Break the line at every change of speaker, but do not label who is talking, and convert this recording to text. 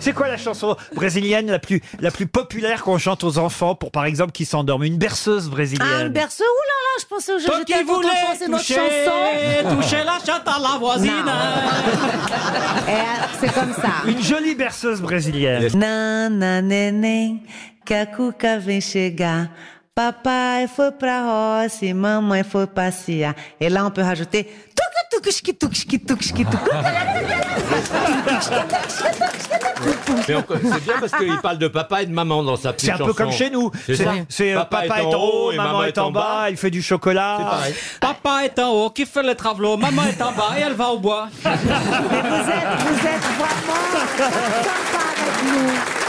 C'est quoi la chanson brésilienne la plus, la plus populaire qu'on chante aux enfants pour, par exemple, qu'ils s'endorment Une berceuse brésilienne.
Ah, une berceuse Ouh là là, je pensais au jeu
Toi
de
qui voulais
c'est notre
toucher,
chanson.
toucher la chatte à la voisine.
Eh, c'est comme ça.
Une jolie berceuse brésilienne.
Nana neném, que a cuca vem chegar. Papai foi pra roça e mamãe foi passear. Et là, on peut rajouter... tuc, tuc, chki, tuc, chki, tuc, chki, tuc.
Mais on- c'est bien parce qu'il parle de papa et de maman dans sa petite
C'est un
chanson.
peu comme chez nous.
C'est ça.
c'est, euh, papa, est en haut, maman, est en bas, il fait du chocolat.
Papa est en haut, qui fait le travelot. Maman est en bas et elle va au bois.
Mais vous êtes, vous êtes vraiment sympa avec nous.